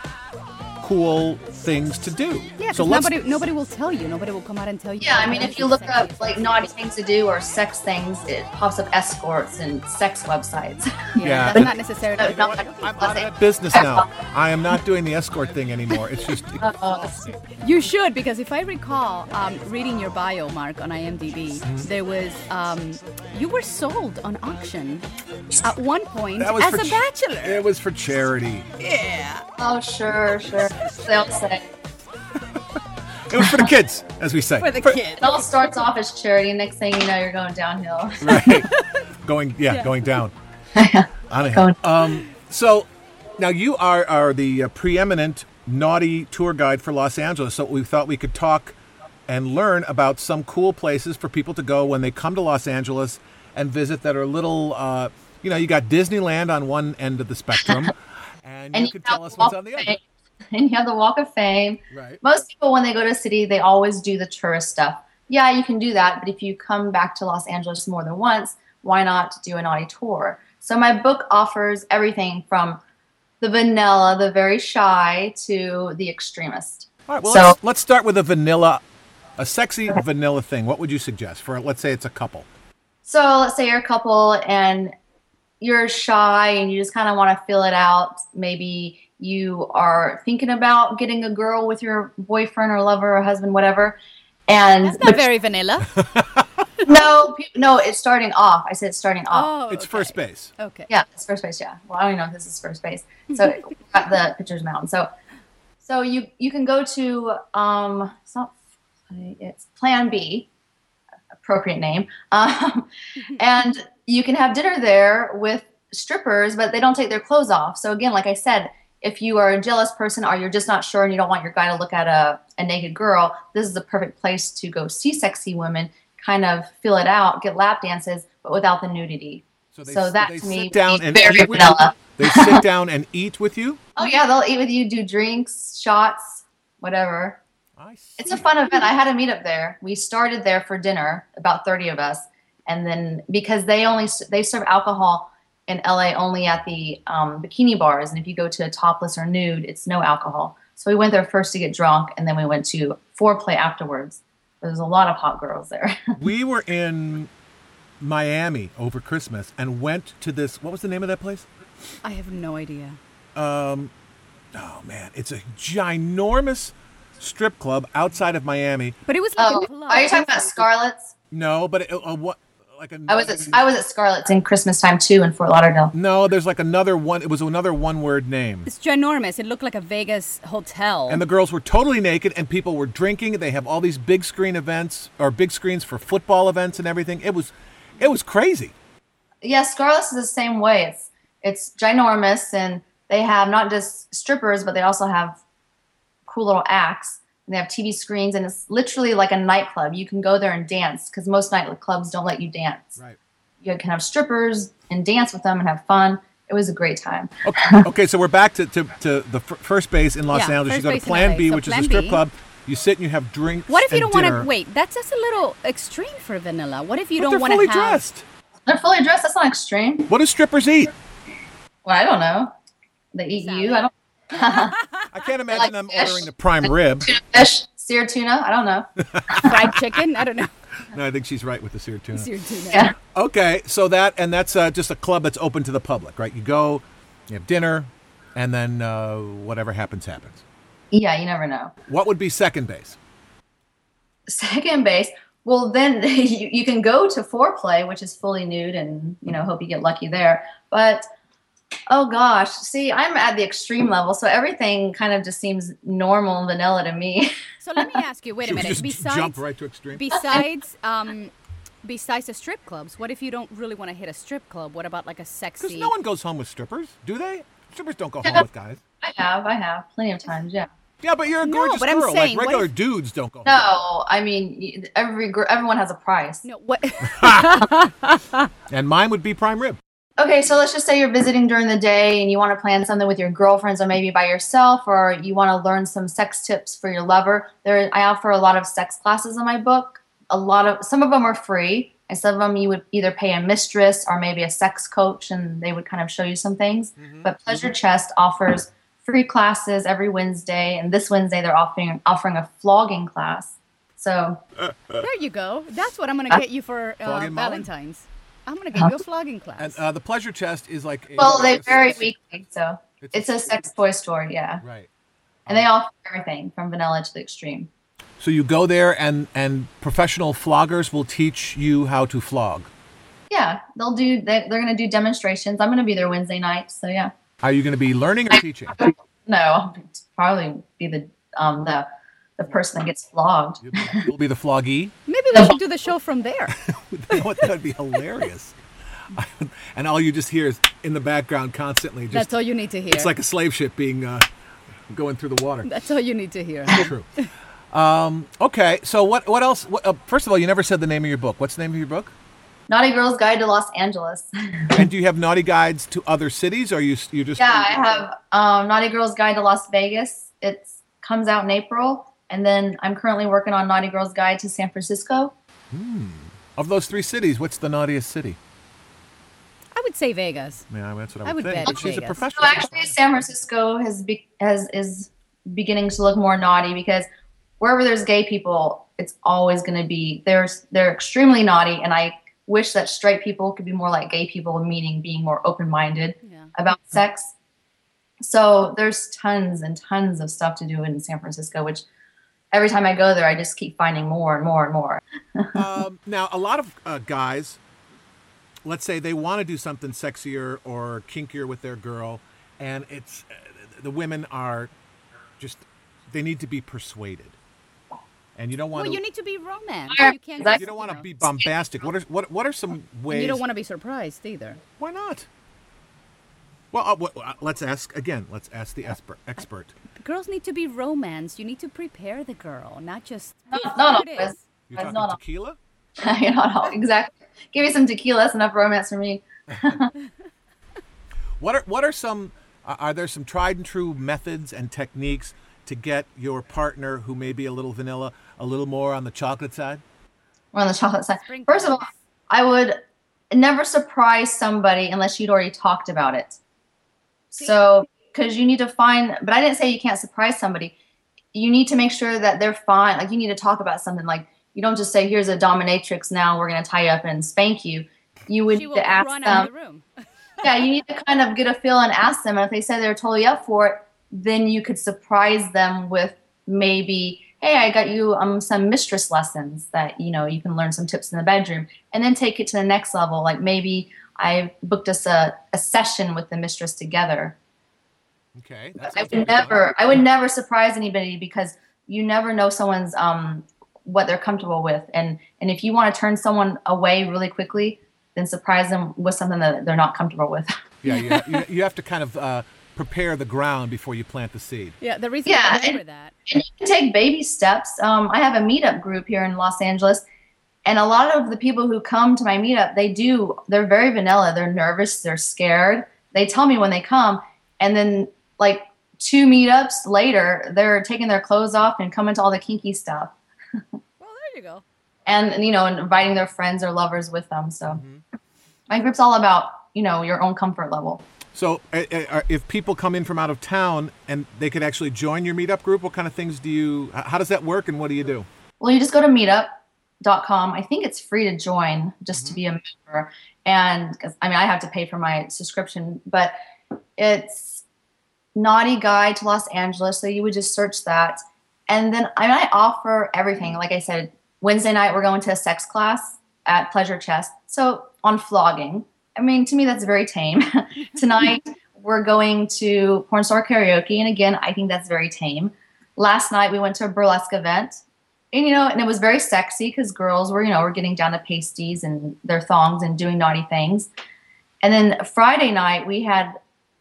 Speaker 5: cool things to do.
Speaker 2: Yeah,
Speaker 5: so
Speaker 2: 'cause
Speaker 5: let's.
Speaker 2: nobody, nobody will tell you. Nobody will come out and tell you.
Speaker 9: Yeah, I
Speaker 2: Oh,
Speaker 9: mean,
Speaker 2: that's
Speaker 9: if you look
Speaker 2: sexy.
Speaker 9: up like naughty things to do or sex things, it pops up escorts and sex websites.
Speaker 2: Yeah,
Speaker 5: Yeah.
Speaker 2: that's not necessarily.
Speaker 9: No, not-
Speaker 5: I'm out of that business now. I am not doing the escort thing anymore. It's just
Speaker 2: You should, because if I recall um, reading your bio, Mark, on IMDb, there was um, you were sold on auction at one point
Speaker 5: that was
Speaker 2: as
Speaker 5: for
Speaker 2: a
Speaker 5: ch-
Speaker 2: bachelor.
Speaker 5: It was for charity.
Speaker 9: oh, sure, sure. They all say
Speaker 5: It was for the kids, as we say.
Speaker 2: For the
Speaker 5: For-
Speaker 2: kid.
Speaker 9: it all starts off as charity, and next thing you know, you're going downhill.
Speaker 5: right. going yeah, going down on a hill.
Speaker 9: Going-
Speaker 5: um so now you are are the uh, preeminent naughty tour guide for los angeles so we thought we could talk and learn about some cool places for people to go when they come to los angeles and visit that are little uh you know you got disneyland on one end of the spectrum and, you can
Speaker 9: And have
Speaker 5: tell us
Speaker 9: the
Speaker 5: what's
Speaker 9: Walk
Speaker 5: on the
Speaker 9: of
Speaker 5: other
Speaker 9: Fame. And you have the Walk of Fame.
Speaker 5: Right.
Speaker 9: Most people, when they go to a city, they always do the tourist stuff. Yeah, you can do that, but if you come back to Los Angeles more than once, why not do an naughty tour? So my book offers everything from the vanilla, the very shy, to the extremist.
Speaker 5: all right well
Speaker 9: So-
Speaker 5: let's, let's start with a vanilla a sexy vanilla thing what would you suggest for let's say it's a couple
Speaker 9: So let's say you're a couple and you're shy and you just kind of want to feel it out. Maybe you are thinking about getting a girl with your boyfriend or lover or husband, whatever. And
Speaker 2: That's not very vanilla.
Speaker 9: no, pe- no, it's starting off. I said starting off.
Speaker 6: Oh,
Speaker 5: It's
Speaker 6: okay.
Speaker 5: first base.
Speaker 6: Okay.
Speaker 9: Yeah, it's first base. Yeah. Well, I don't even know if this is first base. So we got the pitcher's mound. So, so you you can go to um, it's not, it's Plan B, appropriate name, um, and you can have dinner there with strippers, but they don't take their clothes off. So again, like I said, if you are a jealous person or you're just not sure and you don't want your guy to look at a, a naked girl, this is the perfect place to go see sexy women, kind of feel it out, get lap dances, but without the nudity.
Speaker 5: So
Speaker 9: So that
Speaker 5: they
Speaker 9: to me
Speaker 5: sit down
Speaker 9: would be
Speaker 5: and
Speaker 9: very
Speaker 5: eat with you.
Speaker 9: vanilla.
Speaker 5: They sit down and eat with you.
Speaker 9: Oh yeah, they'll eat with you, do drinks, shots, whatever.
Speaker 5: I see.
Speaker 9: It's a fun event. I had a meetup there. We started there for dinner, about thirty of us, and then because they only they serve alcohol in LA only at the um, bikini bars, and if you go to a topless or nude, it's no alcohol. So we went there first to get drunk, and then we went to foreplay afterwards. There's a lot of hot girls there.
Speaker 5: we were in Miami over Christmas and went to this. What was the name of that place?
Speaker 2: I have no idea.
Speaker 5: Oh man, it's a ginormous strip club outside of Miami.
Speaker 2: But it was like
Speaker 9: oh,
Speaker 2: a club.
Speaker 9: are you talking about Scarlett's?
Speaker 5: No, but it, uh, what? Like a,
Speaker 9: I was at I was at Scarlett's in Christmas time too in Fort Lauderdale.
Speaker 5: no, there's like another one. It was another one-word name.
Speaker 2: It's ginormous. It looked like a Vegas hotel.
Speaker 5: And the girls were totally naked, and people were drinking. They have all these big screen events or big screens for football events and everything. It was, it was crazy.
Speaker 9: yeah, Scarlet's is the same way. It's it's ginormous, and they have not just strippers, but they also have cool little acts. And they have TV screens, and it's literally like a nightclub. You can go there and dance because most nightclubs don't let you dance.
Speaker 5: Right.
Speaker 9: You can have strippers and dance with them and have fun. It was a great time.
Speaker 5: Okay, okay, so we're back to, to, to the fir- first base in Los
Speaker 2: Yeah,
Speaker 5: Angeles. You
Speaker 2: first
Speaker 5: go to
Speaker 2: base in
Speaker 5: Plan
Speaker 2: LA.
Speaker 5: B,
Speaker 2: So
Speaker 5: which
Speaker 2: Plan
Speaker 5: is a strip
Speaker 2: B.
Speaker 5: club. You sit and you have drinks.
Speaker 2: what if you
Speaker 5: and
Speaker 2: don't want
Speaker 5: dinner.
Speaker 2: to wait? That's just a little extreme for vanilla. What if you
Speaker 5: But
Speaker 2: don't
Speaker 5: they're
Speaker 2: want to
Speaker 5: fully
Speaker 2: have?
Speaker 5: dressed.
Speaker 9: They're fully dressed. That's not extreme.
Speaker 5: What do strippers eat?
Speaker 9: Well, I don't know. They eat you. I don't
Speaker 5: I can't imagine them
Speaker 9: fish.
Speaker 5: ordering the prime rib.
Speaker 9: tuna fish, seared tuna. I don't know.
Speaker 2: fried chicken. I don't know.
Speaker 5: No, I think she's right with the seared tuna.
Speaker 2: You're too bad.
Speaker 9: Yeah.
Speaker 5: Okay, so that and that's uh, just a club that's open to the public, right? You go, you have dinner, and then uh, whatever happens happens.
Speaker 9: Yeah, you never know.
Speaker 5: What would be second base?
Speaker 9: second base well then you, you can go to foreplay which is fully nude and you know hope you get lucky there but oh gosh see i'm at the extreme level so everything kind of just seems normal and vanilla to me
Speaker 2: So let me ask you. Wait a
Speaker 5: We
Speaker 2: minute.
Speaker 5: just
Speaker 2: Besides,
Speaker 5: jump right to extreme.
Speaker 2: besides, um, besides the strip clubs, what if you don't really want to hit a strip club? What about like a
Speaker 5: Because
Speaker 2: sexy?
Speaker 5: no one goes home with strippers, do they? Strippers don't go home with guys.
Speaker 9: i have i have plenty of times yeah
Speaker 5: Yeah, but you're a
Speaker 2: No,
Speaker 5: gorgeous
Speaker 2: but I'm
Speaker 5: girl.
Speaker 2: saying,
Speaker 5: like
Speaker 2: what
Speaker 5: regular
Speaker 2: if-
Speaker 5: dudes don't go. home.
Speaker 9: no i mean y- every gr- everyone has a price
Speaker 2: No, What?
Speaker 5: And mine would be prime rib.
Speaker 9: okay so let's just say you're visiting during the day and you want to plan something with your girlfriends or maybe by yourself or you want to learn some sex tips for your lover there i offer a lot of sex classes in my book a lot of some of them are free and some of them you would either pay a mistress or maybe a sex coach and they would kind of show you some things
Speaker 5: Mm-hmm.
Speaker 9: but pleasure chest offers free classes every wednesday and this wednesday they're offering offering a flogging class so
Speaker 2: there you go. That's what I'm gonna get you for uh,
Speaker 5: Flogging Molly?
Speaker 2: Valentine's. I'm gonna get you a flogging class.
Speaker 5: And uh, the pleasure chest is like. a-
Speaker 9: well they
Speaker 5: it's-
Speaker 9: vary
Speaker 5: it's-
Speaker 9: weekly so
Speaker 5: It's-
Speaker 9: it's a sex toy store yeah
Speaker 5: Right.
Speaker 9: and they offer everything from vanilla to the extreme.
Speaker 5: So you go there, and and professional floggers will teach you how to flog.
Speaker 9: Yeah, they'll do. They, they're going to do demonstrations. I'm going to be there Wednesday night, so yeah.
Speaker 5: Are you going to be learning or teaching?
Speaker 9: No, I'll probably be the um the the person that gets flogged.
Speaker 5: You'll be, you'll be the floggee.
Speaker 2: Maybe we should do the show from there.
Speaker 5: that would be hilarious. and all you just hear is in the background constantly. Just
Speaker 2: That's all you need to hear.
Speaker 5: it's like a slave ship being uh, going through the water.
Speaker 2: That's all you need to hear.
Speaker 5: True. Um, okay, so what what else? What, uh, first of all, you never said the name of your book. What's the name of your book?
Speaker 9: Naughty Girls Guide to Los Angeles.
Speaker 5: And do you have naughty guides to other cities? Or you you just
Speaker 9: yeah, I have um, Naughty Girls Guide to Las Vegas. It comes out in April, and then I'm currently working on Naughty Girls Guide to San Francisco.
Speaker 5: of those three cities? What's the naughtiest city?
Speaker 2: I would say Vegas.
Speaker 5: Yeah, that's what I,
Speaker 2: I would
Speaker 5: think.
Speaker 2: bet
Speaker 5: But
Speaker 2: it's
Speaker 5: she's a
Speaker 2: Vegas.
Speaker 5: professional.
Speaker 9: So actually, San Francisco has be- has is beginning to look more naughty because wherever there's gay people, it's always going to be there's they're extremely naughty, and I wish that straight people could be more like gay people, meaning being more open minded
Speaker 2: Yeah.
Speaker 9: about sex. So there's tons and tons of stuff to do in San Francisco, which every time I go there, I just keep finding more and more and more.
Speaker 5: um, now, a lot of uh, guys, let's say they want to do something sexier or kinkier with their girl, and it's uh, the women are just they need to be persuaded, and you don't want
Speaker 2: Well,
Speaker 5: to.
Speaker 2: you need to be romance.
Speaker 9: Yeah,
Speaker 2: You can't.
Speaker 9: exactly.
Speaker 2: just,
Speaker 5: you don't want to
Speaker 2: know.
Speaker 5: be bombastic. What are what what are some
Speaker 2: And
Speaker 5: ways?
Speaker 2: You don't want to be surprised either.
Speaker 5: Why not? Well, uh, wh- uh, let's ask again. Let's ask the esper- expert.
Speaker 2: Girls need to be romance. You need to prepare the girl, not just.
Speaker 9: Not, not
Speaker 2: It
Speaker 9: always.
Speaker 2: is.
Speaker 5: You're
Speaker 9: That's
Speaker 5: talking
Speaker 9: not
Speaker 5: tequila.
Speaker 9: al- You're not always. Exactly. Give me some tequila. That's enough romance for me.
Speaker 5: What are what are some uh, are there some tried and true methods and techniques to get your partner who may be a little vanilla a little more on the chocolate side?
Speaker 9: We're on the chocolate side.
Speaker 2: Spring
Speaker 9: First of all,
Speaker 2: rolls.
Speaker 9: I would never surprise somebody unless you'd already talked about it. So, because you need to find, but I didn't say you can't surprise somebody. You need to make sure that they're fine. Like, you need to talk about something. Like, you don't just say, here's a dominatrix now, we're going to tie you up and spank you. You would
Speaker 2: She
Speaker 9: need
Speaker 2: will
Speaker 9: to ask
Speaker 2: run out
Speaker 9: them.
Speaker 2: of the room.
Speaker 9: yeah, you need to kind of get a feel and ask them. And if they say they're totally up for it, then you could surprise them with maybe, hey, I got you um, some mistress lessons that you know you can learn some tips in the bedroom, and then take it to the next level. Like maybe I booked us a, a session with the mistress together.
Speaker 5: Okay,
Speaker 9: I would never, I would never surprise anybody because you never know someone's um, what they're comfortable with, and and if you want to turn someone away really quickly, then surprise them with something that they're not comfortable with.
Speaker 5: Yeah, you, you, you have to kind of uh, prepare the ground before you plant the seed.
Speaker 2: Yeah, the reason
Speaker 9: Yeah,
Speaker 2: I
Speaker 9: and-
Speaker 2: remember that.
Speaker 9: and you can take baby steps. Um, I have a meetup group here in Los Angeles, and a lot of the people who come to my meetup, they do. They're very vanilla. They're nervous. They're scared. They tell me when they come, and then like two meetups later, they're taking their clothes off and coming to all the kinky stuff,
Speaker 2: Well, there you go.
Speaker 9: and and, you know, and inviting their friends or lovers with them. So
Speaker 2: Mm-hmm.
Speaker 9: my group's all about you know your own comfort level.
Speaker 5: So, uh, uh, if people come in from out of town and they could actually join your meetup group, what kind of things do you? h- How does that work, and what do you do?
Speaker 9: Well, you just go to meetup.com. I think it's free to join just to be a member. And because I mean, I have to pay for my subscription, but it's Naughty Guide to Los Angeles. So you would just search that. And then I, mean, I offer everything. Like I said, Wednesday night, we're going to a sex class at Pleasure Chest. So on flogging. I mean, to me, that's very tame. Tonight, we're going to porn star karaoke. And again, I think that's very tame. Last night, we went to a burlesque event and you know, and it was very sexy because girls were, you know, were getting down to pasties and their thongs and doing naughty things. And then Friday night we had,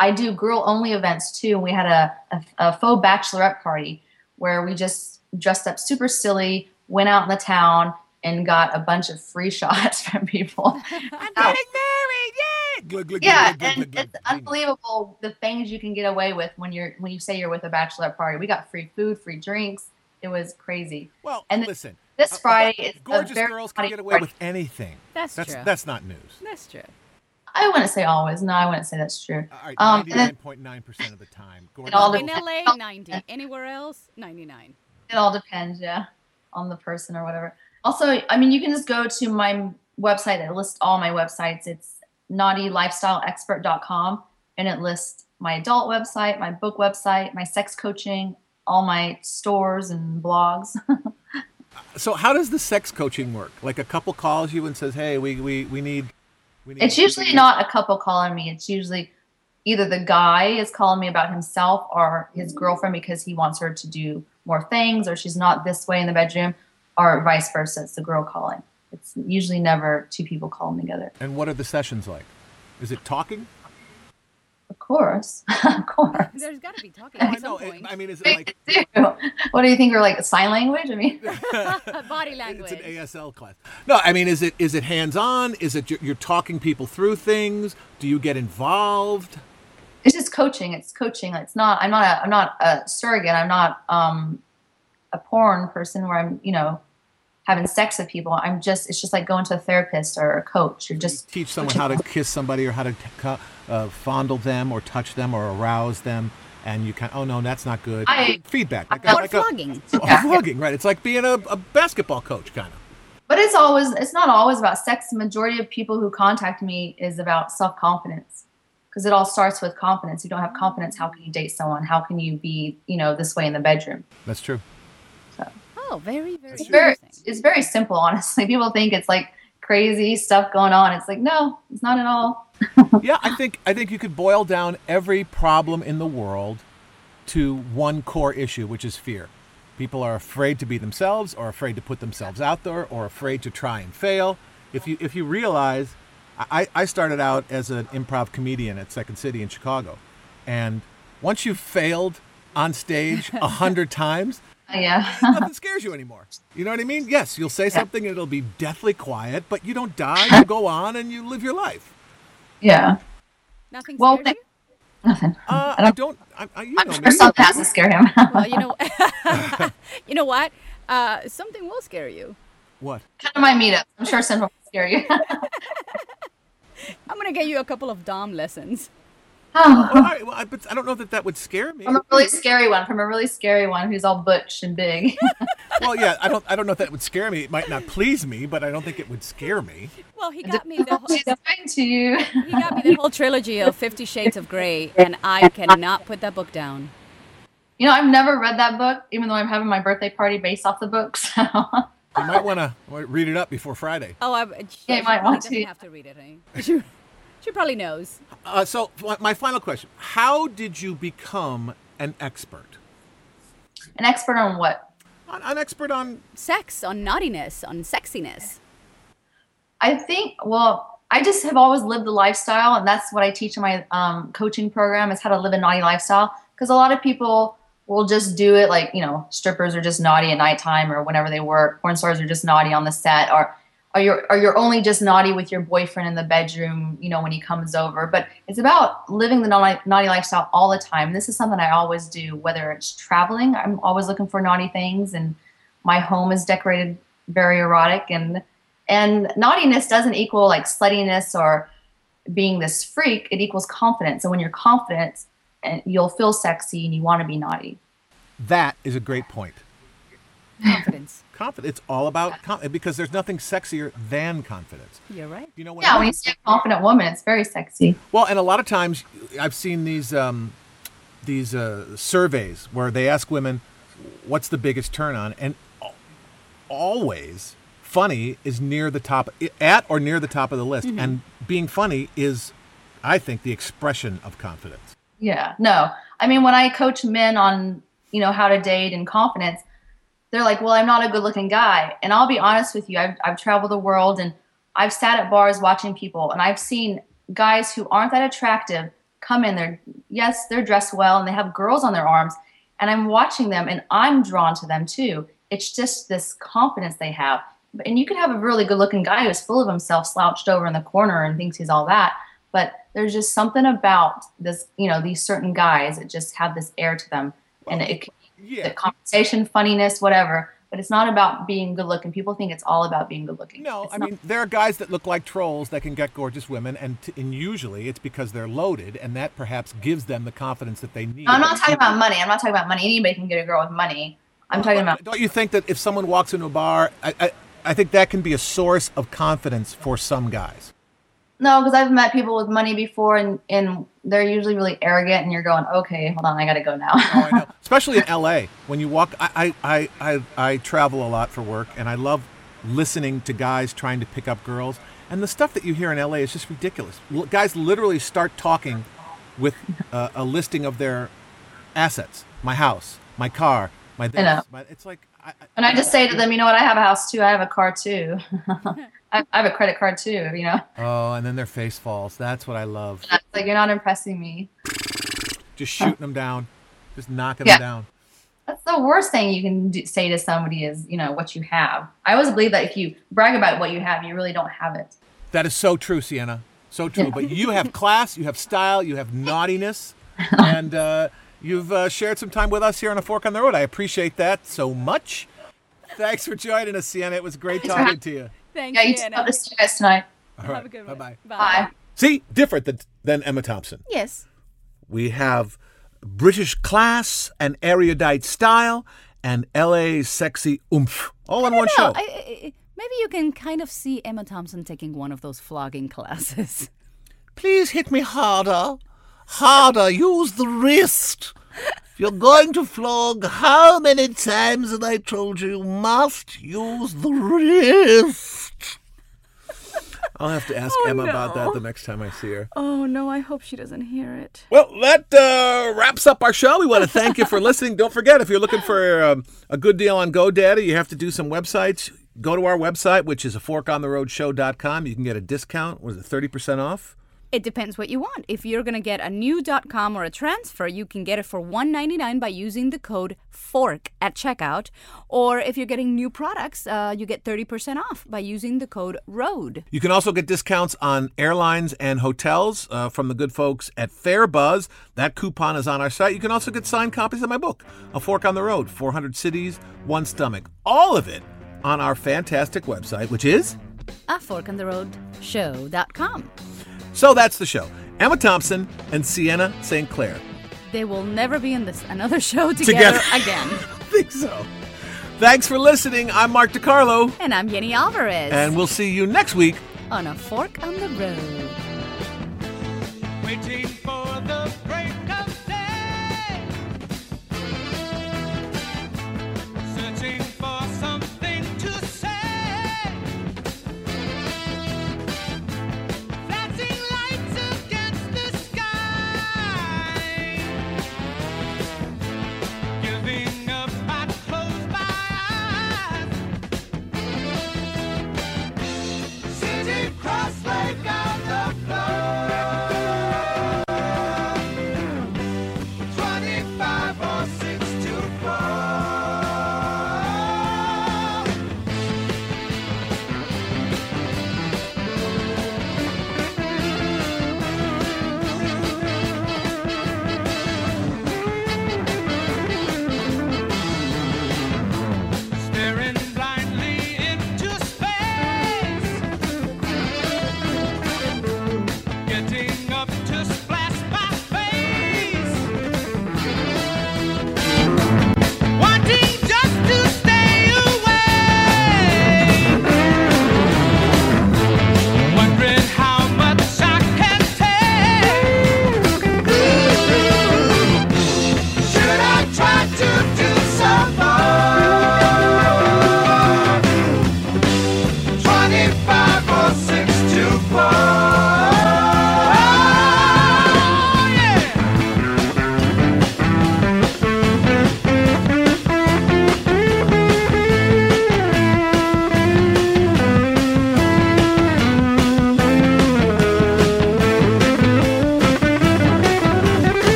Speaker 9: I do girl only events too, and we had a, a, a faux bachelorette party where we just dressed up super silly, went out in the town, and got a bunch of free shots from people. Oh. yeah, and it's unbelievable the things you can get away with when you're when you say you're with a bachelorette party. We got free food, free drinks. It was crazy.
Speaker 5: Well,
Speaker 9: and the-
Speaker 5: listen,
Speaker 9: This
Speaker 5: uh,
Speaker 9: Friday is a
Speaker 5: gorgeous
Speaker 9: very
Speaker 5: girls can
Speaker 9: naughty
Speaker 5: get away
Speaker 9: Friday.
Speaker 5: with anything.
Speaker 2: That's
Speaker 5: That's
Speaker 2: true.
Speaker 5: that's not news.
Speaker 2: That's true.
Speaker 9: I wouldn't say always. No, I wouldn't say that's true.
Speaker 5: All right,
Speaker 9: Um, and then-
Speaker 5: ninety-nine point nine percent of the time, gorgeous
Speaker 9: all the-
Speaker 2: In
Speaker 5: girls-
Speaker 2: LA, 90. Anywhere else, 99.
Speaker 9: It all depends, yeah, on the person or whatever. Also, I mean, you can just go to my website that lists all my websites. It's naughtylifestyleexpert.com and it lists my adult website, my book website, my sex coaching, all my stores and blogs.
Speaker 5: So, how does the sex coaching work? Like a couple calls you and says, "Hey, we we, we need." We need
Speaker 9: It's usually not a couple calling me. It's usually either the guy is calling me about himself or his girlfriend because he wants her to do more things or she's not this way in the bedroom or vice versa. It's the girl calling. It's usually never two people calling together.
Speaker 5: And what are the sessions like? Is it talking?
Speaker 9: Of course. of course.
Speaker 2: There's got to be talking
Speaker 5: I
Speaker 2: at some
Speaker 5: know. it-
Speaker 2: point.
Speaker 5: I mean, is it like
Speaker 9: what do you think? We're like sign language? I mean,
Speaker 2: Body
Speaker 5: it's
Speaker 2: language.
Speaker 5: an ASL class? No, I mean, is it is it hands on? Is it you're, you're talking people through things? Do you get involved?
Speaker 9: it's just coaching. It's coaching. It's not, I'm not a, I'm not a surrogate. I'm not, um, a porn person where I'm, you know, having sex with people. I'm just, it's just like going to a therapist or a coach. You're just
Speaker 5: Teach someone how to kiss somebody or how to t- co- uh, fondle them or touch them or arouse them, and you kind oh no, that's not good.
Speaker 9: I-
Speaker 5: Feedback. Like a-
Speaker 2: or
Speaker 5: like a-
Speaker 2: flogging.
Speaker 5: or flogging, right? It's like being a, a basketball coach, kind of.
Speaker 9: but it's always it's not always about sex the majority of people who contact me is about self-confidence because it all starts with confidence you don't have confidence how can you date someone how can you be you know this way in the bedroom
Speaker 5: That's true.
Speaker 6: Wow, very, very
Speaker 9: It's very,
Speaker 6: interesting.
Speaker 9: it's very simple, honestly. People think it's like crazy stuff going on. It's like, no, it's not at all.
Speaker 5: yeah, I think I think you could boil down every problem in the world to one core issue, which is fear. People are afraid to be themselves, or afraid to put themselves out there, or afraid to try and fail. If you if you realize, I, I started out as an improv comedian at Second City in Chicago, and once you've failed on stage a hundred times,
Speaker 9: Yeah.
Speaker 5: nothing scares you anymore. You know what I mean? Yes, you'll say something and it'll be deathly quiet, but you don't die. You go on and you live your life.
Speaker 9: yeah.
Speaker 6: Nothing
Speaker 9: Well,
Speaker 6: scares
Speaker 9: thank-
Speaker 6: you?
Speaker 5: Uh, I don't. I, I, you know
Speaker 9: I'm
Speaker 5: me.
Speaker 9: sure something has to scare him.
Speaker 6: Well, you know, you know what? Uh, something will scare you.
Speaker 5: What?
Speaker 9: Come to my meetup. I'm sure Central will scare you.
Speaker 6: I'm gonna get you a couple of dom lessons.
Speaker 5: Well, I, well, I, but I don't know that that would scare me.
Speaker 9: Oh, from a really scary one, from a really scary one who's all butch and big.
Speaker 5: Well, yeah, I don't. I don't know if that would scare me. It might not please me, but I don't think it would scare me.
Speaker 6: Well, he got me the whole,
Speaker 9: She's going to you.
Speaker 6: he got me the whole trilogy of Fifty Shades of Grey, and I cannot put that book down.
Speaker 9: You know, I've never read that book, even though I'm having my birthday party based off the book. So
Speaker 5: You might want to read it up before Friday.
Speaker 6: Oh, I, she,
Speaker 9: Yeah, you
Speaker 6: she
Speaker 9: might
Speaker 6: probably
Speaker 9: want
Speaker 6: doesn't
Speaker 9: to.
Speaker 6: have to read it. eh? She, she probably knows.
Speaker 5: Uh, so, my- my final question: How did you become an expert?
Speaker 9: an expert on what?
Speaker 5: An, an expert on
Speaker 6: Sex on naughtiness, on sexiness.
Speaker 9: I think, well, I just have always lived the lifestyle, and that's what I teach in my um, coaching program is how to live a naughty lifestyle. Because a lot of people will just do it like, you know, strippers are just naughty at nighttime or whenever they work. Porn stars are just naughty on the set, or or you're, or you're only just naughty with your boyfriend in the bedroom, you know, when he comes over. But it's about living the naughty, naughty lifestyle all the time. This is something I always do, whether it's traveling, I'm always looking for naughty things, and my home is decorated very erotic and and naughtiness doesn't equal like sluttiness or being this freak. It equals confidence. And when you're confident, and you'll feel sexy and you want to be naughty.
Speaker 5: that is a great point.
Speaker 6: Confidence.
Speaker 5: Confidence. It's all about confidence because there's nothing sexier than confidence.
Speaker 6: You're right.
Speaker 5: You know what?
Speaker 9: Yeah, when you see a confident woman, it's very sexy.
Speaker 5: Well, and a lot of times I've seen these um, these uh, surveys where they ask women, "What's the biggest turn on?" and al- always funny is near the top, at or near the top of the list.
Speaker 9: Mm-hmm.
Speaker 5: And being funny is, I think, the expression of confidence.
Speaker 9: Yeah. No. I mean, when I coach men on, you know, how to date and confidence, they're like, well, I'm not a good looking guy. And I'll be honest with you, I've, I've traveled the world and I've sat at bars watching people and I've seen guys who aren't that attractive come in. They're, yes, they're dressed well and they have girls on their arms. And I'm watching them and I'm drawn to them too. It's just this confidence they have. And you can have a really good looking guy who's full of himself, slouched over in the corner and thinks he's all that. But there's just something about this, you know, these certain guys that just have this air to them. And it can the
Speaker 5: Yeah.
Speaker 9: conversation, funniness, whatever. But it's not about being good looking. People think it's all about being good looking.
Speaker 5: No,
Speaker 9: It's
Speaker 5: I
Speaker 9: not.
Speaker 5: mean there are guys that look like trolls that can get gorgeous women, and t- and usually it's because they're loaded, and that perhaps gives them the confidence that they need.
Speaker 9: I'm not talking about money. I'm not talking about money. Anybody can get a girl with money. I'm talking
Speaker 5: Oh, But
Speaker 9: about
Speaker 5: Don't you think that if someone walks into a bar, I, I, I think that can be a source of confidence for some guys.
Speaker 9: no, because I've met people with money before, and and they're usually really arrogant. And you're going, okay, hold on, I got to go now.
Speaker 5: Oh, I know. Especially in LA, when you walk, I, I, I, I, I travel a lot for work, and I love listening to guys trying to pick up girls. And the stuff that you hear in LA is just ridiculous. L- guys literally start talking with uh, a listing of their assets: my house, my car, my this.
Speaker 9: know.
Speaker 5: My, it's like I, I-
Speaker 9: and I just say to them, you know what? I have a house too. I have a car too. I, I have a credit card too. You know,
Speaker 5: oh, and then their face falls. That's what I love.
Speaker 9: It's like you're not impressing me.
Speaker 5: Just shooting them down, just knocking
Speaker 9: Yeah.
Speaker 5: them down.
Speaker 9: That's the worst thing you can do, say to somebody is, you know, what you have. I always believe that if you brag about what you have, you really don't have it.
Speaker 5: That is so true, Sienna. So true. But you have class, you have style, you have naughtiness, and uh, you've uh, shared some time with us here on A Fork on the Road. I appreciate that so much. Thanks for joining us, Sienna. It was great talking to you.
Speaker 6: Thank
Speaker 9: Yeah, you
Speaker 6: you.
Speaker 9: tell
Speaker 6: Anna.
Speaker 9: this to you guys tonight.
Speaker 5: All right.
Speaker 6: Have a good one.
Speaker 5: Bye-bye.
Speaker 9: Bye.
Speaker 5: See, different than, than Emma Thompson.
Speaker 6: Yes.
Speaker 5: We have British class and erudite style and LA sexy oomph all in one show.
Speaker 6: No, I, I, I- maybe you can kind of see Emma Thompson taking one of those flogging classes.
Speaker 5: Please hit me harder. Harder. Use the wrist.
Speaker 10: You're going to flog how many times and I told you you must use the wrist.
Speaker 5: I'll have to ask
Speaker 6: Oh,
Speaker 5: Emma about that
Speaker 6: no.
Speaker 5: the next time I see her.
Speaker 6: Oh no, I hope she doesn't hear it.
Speaker 5: Well, that uh, wraps up our show. We want to thank you for listening. Don't forget, if you're looking for um, a good deal on GoDaddy, you have to do some websites. Go to our website, which is a forkontheroadshow.com. You can get a discount. Was it 30% off?
Speaker 6: It depends what you want. If you're gonna get a new .com or a transfer, you can get it for $1.99 by using the code FORK at checkout. Or if you're getting new products, uh, you get 30% off by using the code ROAD.
Speaker 5: You can also get discounts on airlines and hotels uh, from the good folks at Fairbuzz. That coupon is on our site. You can also get signed copies of my book, A Fork on the Road 400 Cities, One Stomach. All of it on our fantastic website, which is.
Speaker 6: A Fork on the Road Show.com.
Speaker 5: So that's the show. Emma Thompson and Sienna St. Clair.
Speaker 6: They will never be in this another show together,
Speaker 5: Together.
Speaker 6: again.
Speaker 5: think so. Thanks for listening. I'm Mark DiCarlo,
Speaker 6: And I'm Yenny Alvarez
Speaker 5: and we'll see you next week.
Speaker 6: on A Fork on the Road.
Speaker 4: Waiting for the break of day. Searching for something to say. Flashing lights against the sky. Giving up, I close my eyes. City cross lake out the floor. Oh,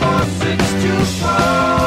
Speaker 4: oh six to four.